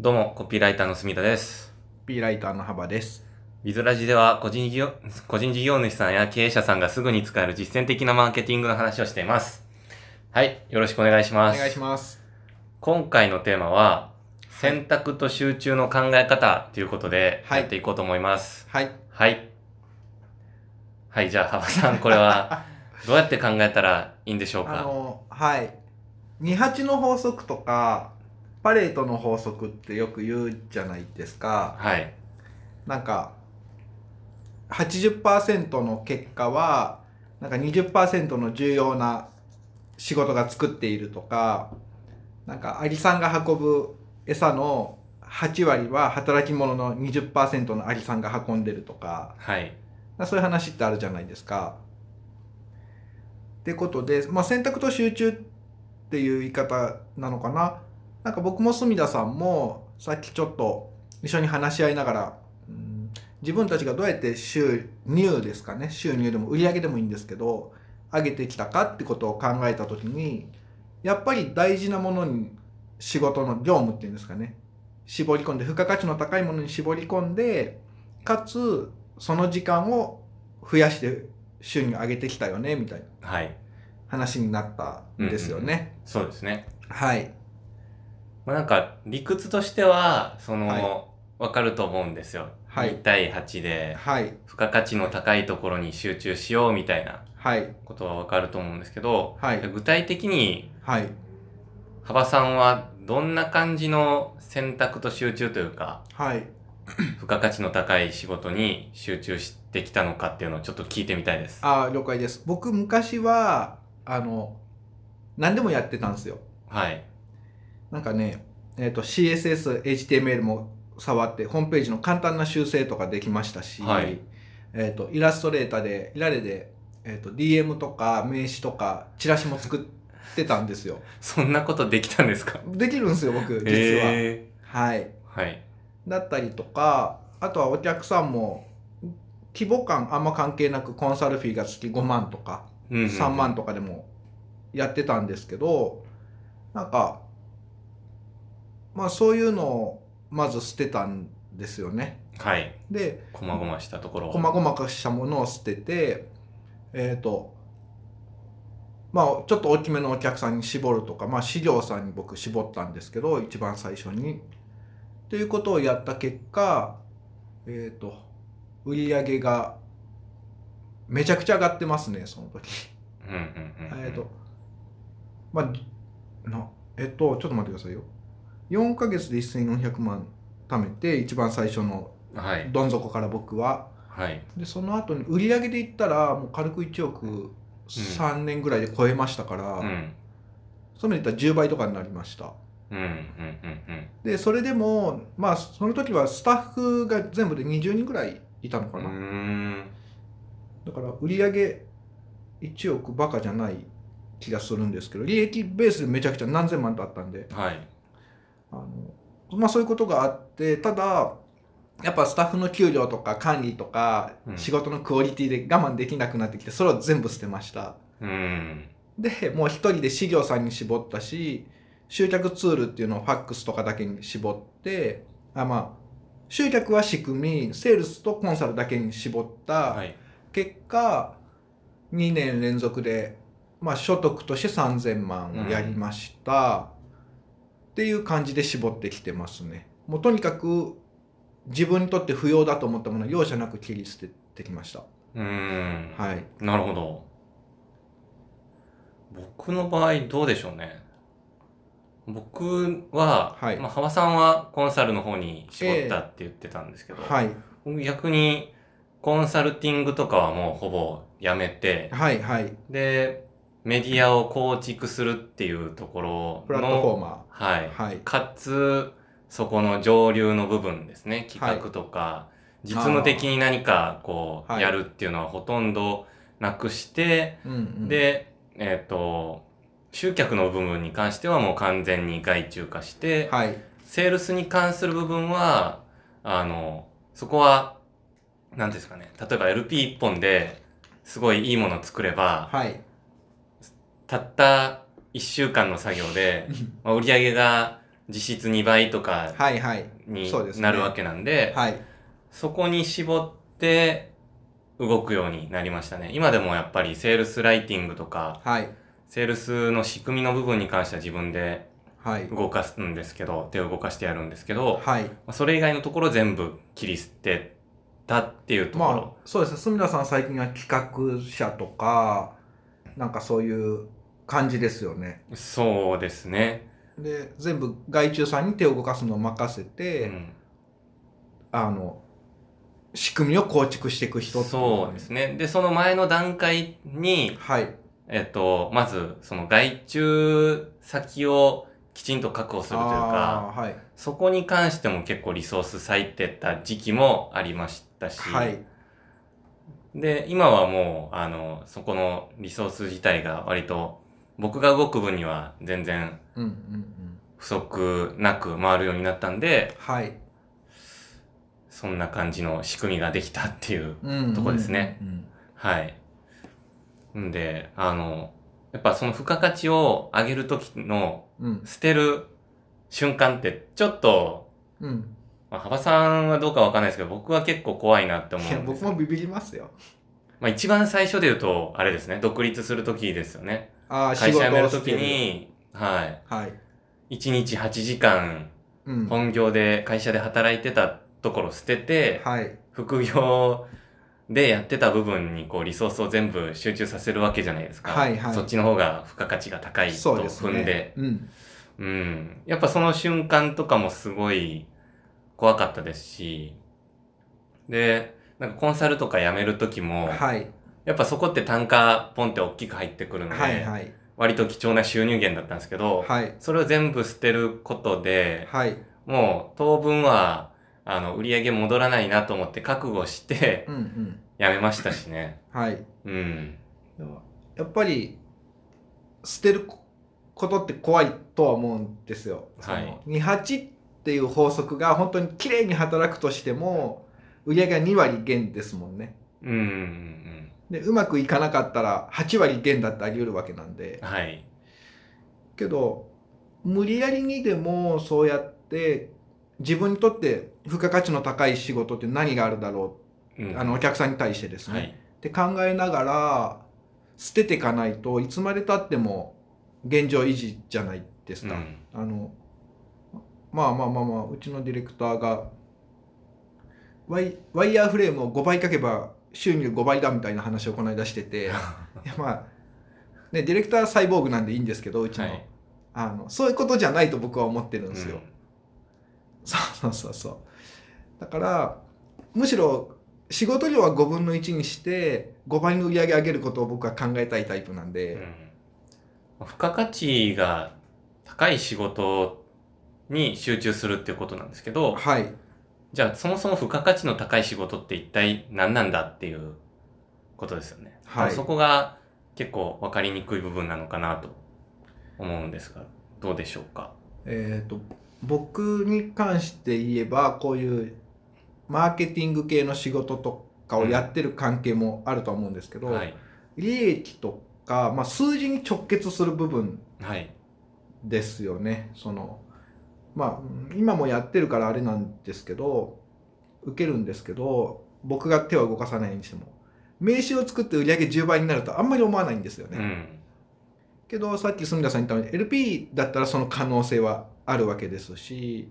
どうも、コピーライターの住田です。ピーライターの幅です。ビズラジでは個人事業、個人事業主さんや経営者さんがすぐに使える実践的なマーケティングの話をしています。はい、よろしくお願いしおます。願いします。今回のテーマは、選択と集中の考え方ということで、はいやっていこうと思います。はい。はい。はい、じゃあ、幅さん、これ は、どうやって考えたらいいんでしょうあかの、はい。28の法則とか、パレートの法則ってよく言うじゃないですか。はい。なんか、80%の結果は、なんか20%の重要な仕事が作っているとか、なんかアリさんが運ぶ餌の8割は働き者の20%のアリさんが運んでるとか、はい。まあそういう話ってあるじゃないですか。ってことで、まあ、選択と集中っていう言い方なのかな。なんか僕も住田さんもさっきちょっと一緒に話し合いながら、うん自分たちがどうやって収入ですかね収入でも売り上げでもいいんですけど上げてきたかってことを考えた時にやっぱり大事なものに仕事の業務っていうんですかね絞り込んで付加価値の高いものに絞り込んでかつその時間を増やして収入上げてきたよねみたいなはい。話になったんですよね。そうですね。はい。まあ、なんか理屈としてはその、はいわかると思うんですよ、はい2対8ではい。付加価値の高いところに集中しようみたいなはい。ことはわかると思うんですけど、はい。具体的にはい。幅さんはどんな感じの選択と集中というかはい。付加価値の高い仕事に集中してきたのかっていうのをちょっと聞いてみたいです。ああ、了解です。僕、昔は、あの、何でもやってたんですよ。はいなんかね、えっ、と、CSS、HTML も触って、ホームページの簡単な修正とかできましたし、はいえっ、と、イラストレーターで、イラレで、えっ、と、DM とか名刺とか、チラシも作ってたんですよ。そんなことできたんですかできるんですよ、僕、 実は。へはい。ーはいだったりとかあとはお客さんも規模感あんま関係なくコンサルフィーが月5万とかうんうん3万とかでもやってたんですけどなんかまあそういうのをまず捨てたんですよね。はいでこまごましたところ細々かしたものを捨ててえっ、とまあちょっと大きめのお客さんに絞るとかまあ資料さんに僕絞ったんですけど一番最初に。ということをやった結果えっ、と売り上げがめちゃくちゃ上がってますねその時。うんうんうんうんえっ、とまあなえっ、とちょっと待ってくださいよ。4ヶ月で1400万貯めて一番最初のはいどん底から僕ははいでその後に売り上げで言ったらもう軽く1億3年ぐらいで超えましたから、うんその意味で言ったら10倍とかになりましたうんうんうんでそれでもまあその時はスタッフが全部で20人ぐらいいたのうかんうな、ーんだから売り上げ1億バカじゃない気がするんですけど利益ベースでめちゃくちゃ何千万とあったんではいあのまあそういうことがあってただやっぱスタッフの給料とか管理とかうん仕事のクオリティで我慢できなくなってきてそれを全部捨てました、うんでもう一人で資料さんに絞ったし集客ツールっていうのをファックスとかだけに絞ってあまあ集客は仕組みセールスとコンサルだけに絞ったはい結果、2年連続で、まあ、所得として3,000万をやりました、っていう感じで絞ってきてますね。もうとにかく自分にとって不要だと思ったものは容赦なく切り捨ててきました。うんはい、なるほど僕の場合どうでしょうね僕は、はいまあ、幅さんはコンサルの方に絞ったって言ってたんですけど、はい、僕逆にコンサルティングとかはもうほぼやめてはい、はい、でメディアを構築するっていうところのプラットフォーマはいー。、はいかつそこの上流の部分ですね企画とか、実務的に何かこうはいやるっていうのはほとんどなくして、うんうん、でえっ、と集客の部分に関してはもう完全に外注化して、はい、セールスに関する部分はあのそこは何ですかね例えば LP1 本ですごいいいものを作れば、はい、たった1週間の作業でまあ、売り上げが実質2倍とかはいはいにそうですねなるわけなんで、はいそこに絞って動くようになりましたね。今でもやっぱりセールスライティングとか、はいセールスの仕組みの部分に関しては自分ではい動かすんですけど、手を動かしてやるんですけど、はいまあそれ以外のところ全部切り捨てたっていうとこまろ。あそうですね住田さん最近は企画者とかなんかそういう感じですよねそうですね。で全部外注さんに手を動かすのを任せて、うんあの仕組みを構築していく人っていそうですね。で、その前の段階に、はいえっと、まず、その外注先をきちんと確保するというか、あーはいそこに関しても結構リソース割いてた時期もありましたし、はいで、今はもう、あの、そこのリソース自体が割と僕が動く分には全然うんうんうん不足なく回るようになったんで、はいそんな感じの仕組みができたっていう、 うんとこですねうんうんはい。んで、あの、やっぱその付加価値を上げる時のうん捨てる瞬間ってちょっと、うんまあ、幅さんはどうかわかんないですけど、僕は結構怖いなって思うんいですやよ僕もビビりますよまあ一番最初で言うと、あれですね、独立するときですよね。あー会社辞める仕と事をきに、ははいい。1日8時間、うん本業で、会社で働いてたところ捨てて、はい副業でやってた部分にこうリソースを全部集中させるわけじゃないですか。はいはいそっちの方が付加価値が高いそとうです踏んで。ねうんうん。やっぱその瞬間とかもすごい怖かったですし、で、なんかコンサルとか辞めるときも、はいやっぱそこって単価ポンって大きく入ってくるので、はいはい割と貴重な収入源だったんですけど、はいそれを全部捨てることで、はいもう当分は、あの、売り上げ戻らないなと思って覚悟してう、んうんやめましたしね。はいうん。でもやっぱり捨てることって怖いとは思うんですよ。はいその28っていう法則が本当に綺麗に働くとしても売り上げが2割減ですもんね。うんうん。うんでうまくいかなかったら8割減だってあり得るわけなんではい。けど無理やりにでもそうやって自分にとって付加価値の高い仕事って何があるだろうう、んあのお客さんに対してですね、はい。って考えながら捨てていかないといつまでたっても現状維持じゃないですうか、ん。あのまあまあまあまあうちのディレクターがワイワイヤーフレームを5倍書けば収入5倍だみたいな話をこの間してていやまあねディレクターはサイボーグなんでいいんですけどうちの,、はいあのそういうことじゃないと僕は思ってるんですよ、うんそうそうそうそうだからむしろ仕事量は5分の1にして5倍の売り上げ上げることを僕は考えたいタイプなんで、うん、付加価値が高い仕事に集中するっていうことなんですけど、はいじゃあそもそも付加価値の高い仕事って一体何なんだっていうことですよね。はいそこが結構分かりにくい部分なのかなと思うんですが、どうでしょうか。えっ、と僕に関して言えばこういうマーケティング系の仕事とかをやってる関係もあるとは思うんですけど、はい。利益とか、まあ、数字に直結する部分はい。ですよねそのまあうん今もやってるからあれなんですけど受けるんですけど僕が手は動かさないにしても名刺を作って売り上げ10倍になるとあんまり思わないんですよね、うん。けどさっき住田さん言ったように LP だったらその可能性はあるわけですし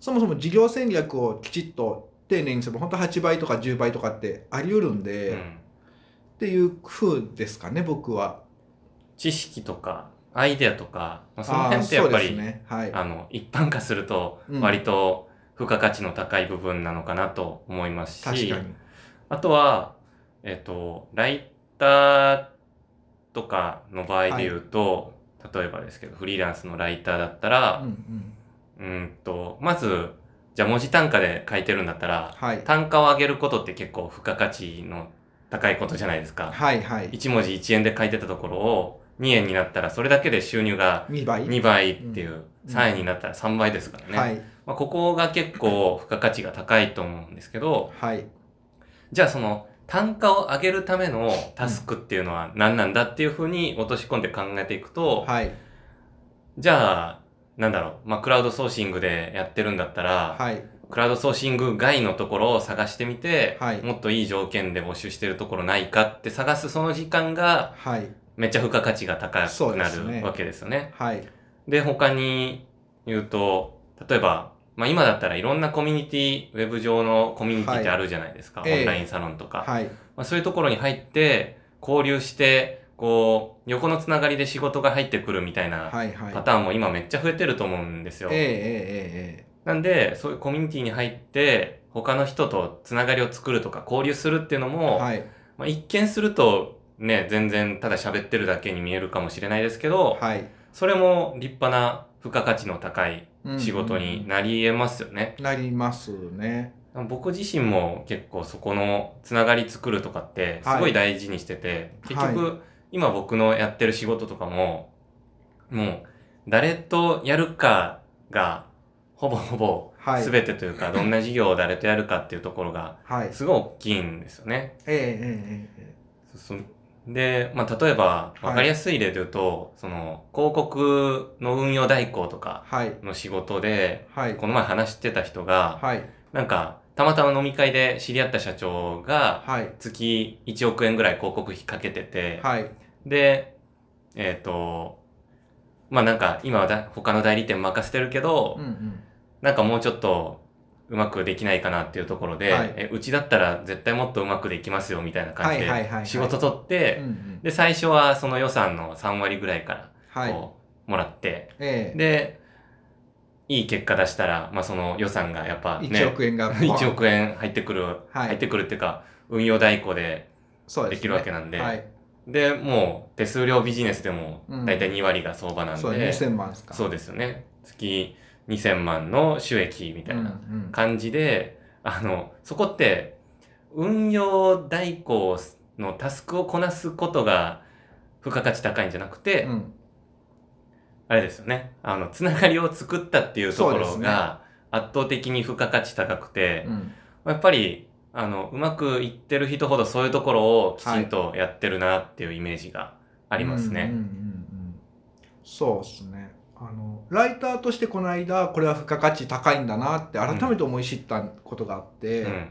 そもそも事業戦略をきちっと丁寧にすれば本当8倍とか10倍とかってあり得るんで、うっんていう風ですかね僕は。知識とか、アイデアとか、まあ、そのあー辺ってやっぱそうり、ですねはいあの、一般化すると、うん割と付加価値の高い部分なのかなと思いますし、確かにあとは、えっ、と、ライターとかの場合で言うと、例えばですけど、フリーランスのライターだったうんらう、んうん、と、まず、じゃあ文字単価で書いてるんだったら、はい単価を上げることって結構付加価値の高いことじゃないですか。はいはい1文字1円で書いてたところを2円になったら、それだけで収入が2倍2倍っていう、うん3円になったら3倍ですからね。はいまあ、ここが結構付加価値が高いと思うんですけど、はいじゃあその単価を上げるためのタスクっていうのは何なんだっていうふうに落とし込んで考えていくと、はいじゃあなんだろう、まあ、クラウドソーシングでやってるんだったら、はいクラウドソーシング外のところを探してみて、はいもっといい条件で募集してるところないかって探すその時間がはいめっちゃ付加価値が高そくうなですねるわけですよね。はいで、他に言うと、例えば、まあ今だったらいろんなコミュニティ、ウェブ上のコミュニティってあるじゃないですか。はいええオンラインサロンとか。はいまあ、そういうところに入って、交流して、こう、横のつながりで仕事が入ってくるみたいなはいはいパターンも今めっちゃ増えてると思うんですよ。えええええなんで、そういうコミュニティに入って、他の人とつながりを作るとか交流するっていうのえも、はいまあ、一見するとね、全然ただ喋ってるだけに見えるかもしれないですけど、はいそれも立派な付加価値の高いうんうん仕事になり得ますよね。なりますね僕自身も結構そこのつながり作るとかってすはいごい大事にしてて、結局、は今僕のやってる仕事とかも、もう誰とやるかがほぼほぼはい全てというか、 どんな事業を誰とやるかっていうところがはいすごい大きいんですよね。えええええそで、まあ、例えばい分かりやすい例で言うと、その広告の運用代行とえかはいの仕事で、はいこの前話してた人が、はいなんか、たまたま飲み会で知り合った社長が、はい月1億円ぐらい広告費かけてて、はいで、えっ、と、まあなんか、今はだ他の代理店任せてるけど、うんうんなんかもうちょっと、うまくできないかなっていうところで、はいえうちだったら絶対もっとうまくできますよみたいな感じはいはいはいはでい仕事取ってうんう、んで、最初はその予算の3割ぐらいかはらいこうもらって、ええで、いい結果出したら、まあその予算がやっぱね、 1億円 が1億円入ってくる、はい入ってくるっていうか運用代行でそうでですねきるわけなんではいでもう手数料ビジネスでもうん大体2割が相場なんで、そう2000万ですかそうですよね月2000万の収益みたいなうんうん感じで、あのそこって運用代行のタスクをこなすことが付加価値高いんじゃなくて、うんあれですよねあのつながりを作ったっていうとこそろうですねが圧倒的に付加価値高くて、うんやっぱりあのうまくいってる人ほどそういうところをきちんとやってるなっていうイメージがありますうんうんうね。んうんそうですね。あのライターとしてこの間これは付加価値高いんだなって改めて思い知ったことがあって、うん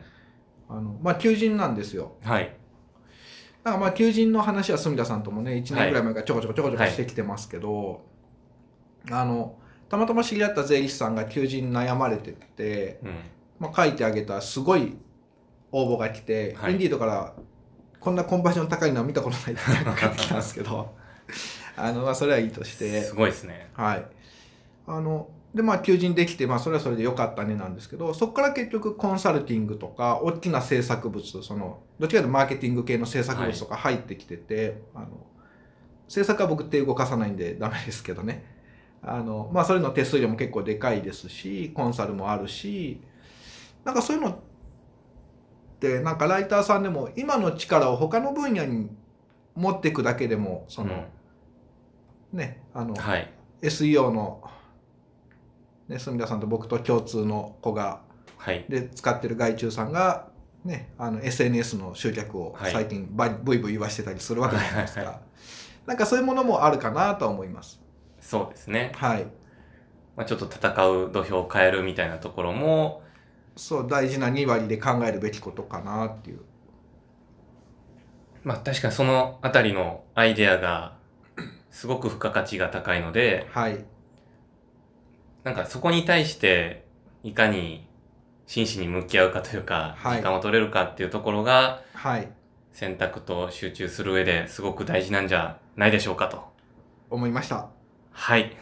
あのまあ求人なんですよ。はい。だからまあ求人の話は住田さんともね1は年いぐらい前からちょこちょこちょこちょこしてきてますけど、あのたまたま知り合った税理士さんが求人悩まれてて、うんまあ、書いてあげたらすごい応募が来て、はいインディードからこんなコンバージョン高いのは見たことないって書いてきたんですけど あの、まあ、それはいいとして。すごいですね。はい、あのでまあ求人できて、まあ、それはそれで良かったねなんですけどそこから結局コンサルティングとか大きな制作物そのどっちかというとマーケティング系の制作物とか入ってきてて、あの制作は僕手動かさないんでダメですけどねあの、まあ、それの手数料も結構でかいですしコンサルもあるしなんかそういうのってなんかライターさんでも今の力を他の分野に持っていくだけでもその、ねあの、うんはい。 SEO の、ね、住田さんと僕と共通の子がはい。で使ってる外注さんが、ね、あの SNS の集客をはい最近バリ、ブイブイ言わしてたりするわけじゃないですか、はいはなんかそういうものもあるかなとは思いますそうですね。はいまあ、ちょっと戦う土俵を変えるみたいなところも、そう大事な2割で考えるべきことかなっていうまあ確かにそのあたりのアイデアがすごく付加価値が高いので、はいなんかそこに対していかに真摯に向き合うかというか、はい時間を取れるかっていうところが、はい選択と集中する上ですごく大事なんじゃないでしょうかと。思いましたはい。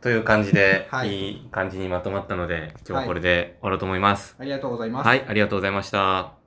という感じで、はいいい感じにまとまったので、今日はこれで終わろうと思います。ありがとうございます、はい、ありがとうございました。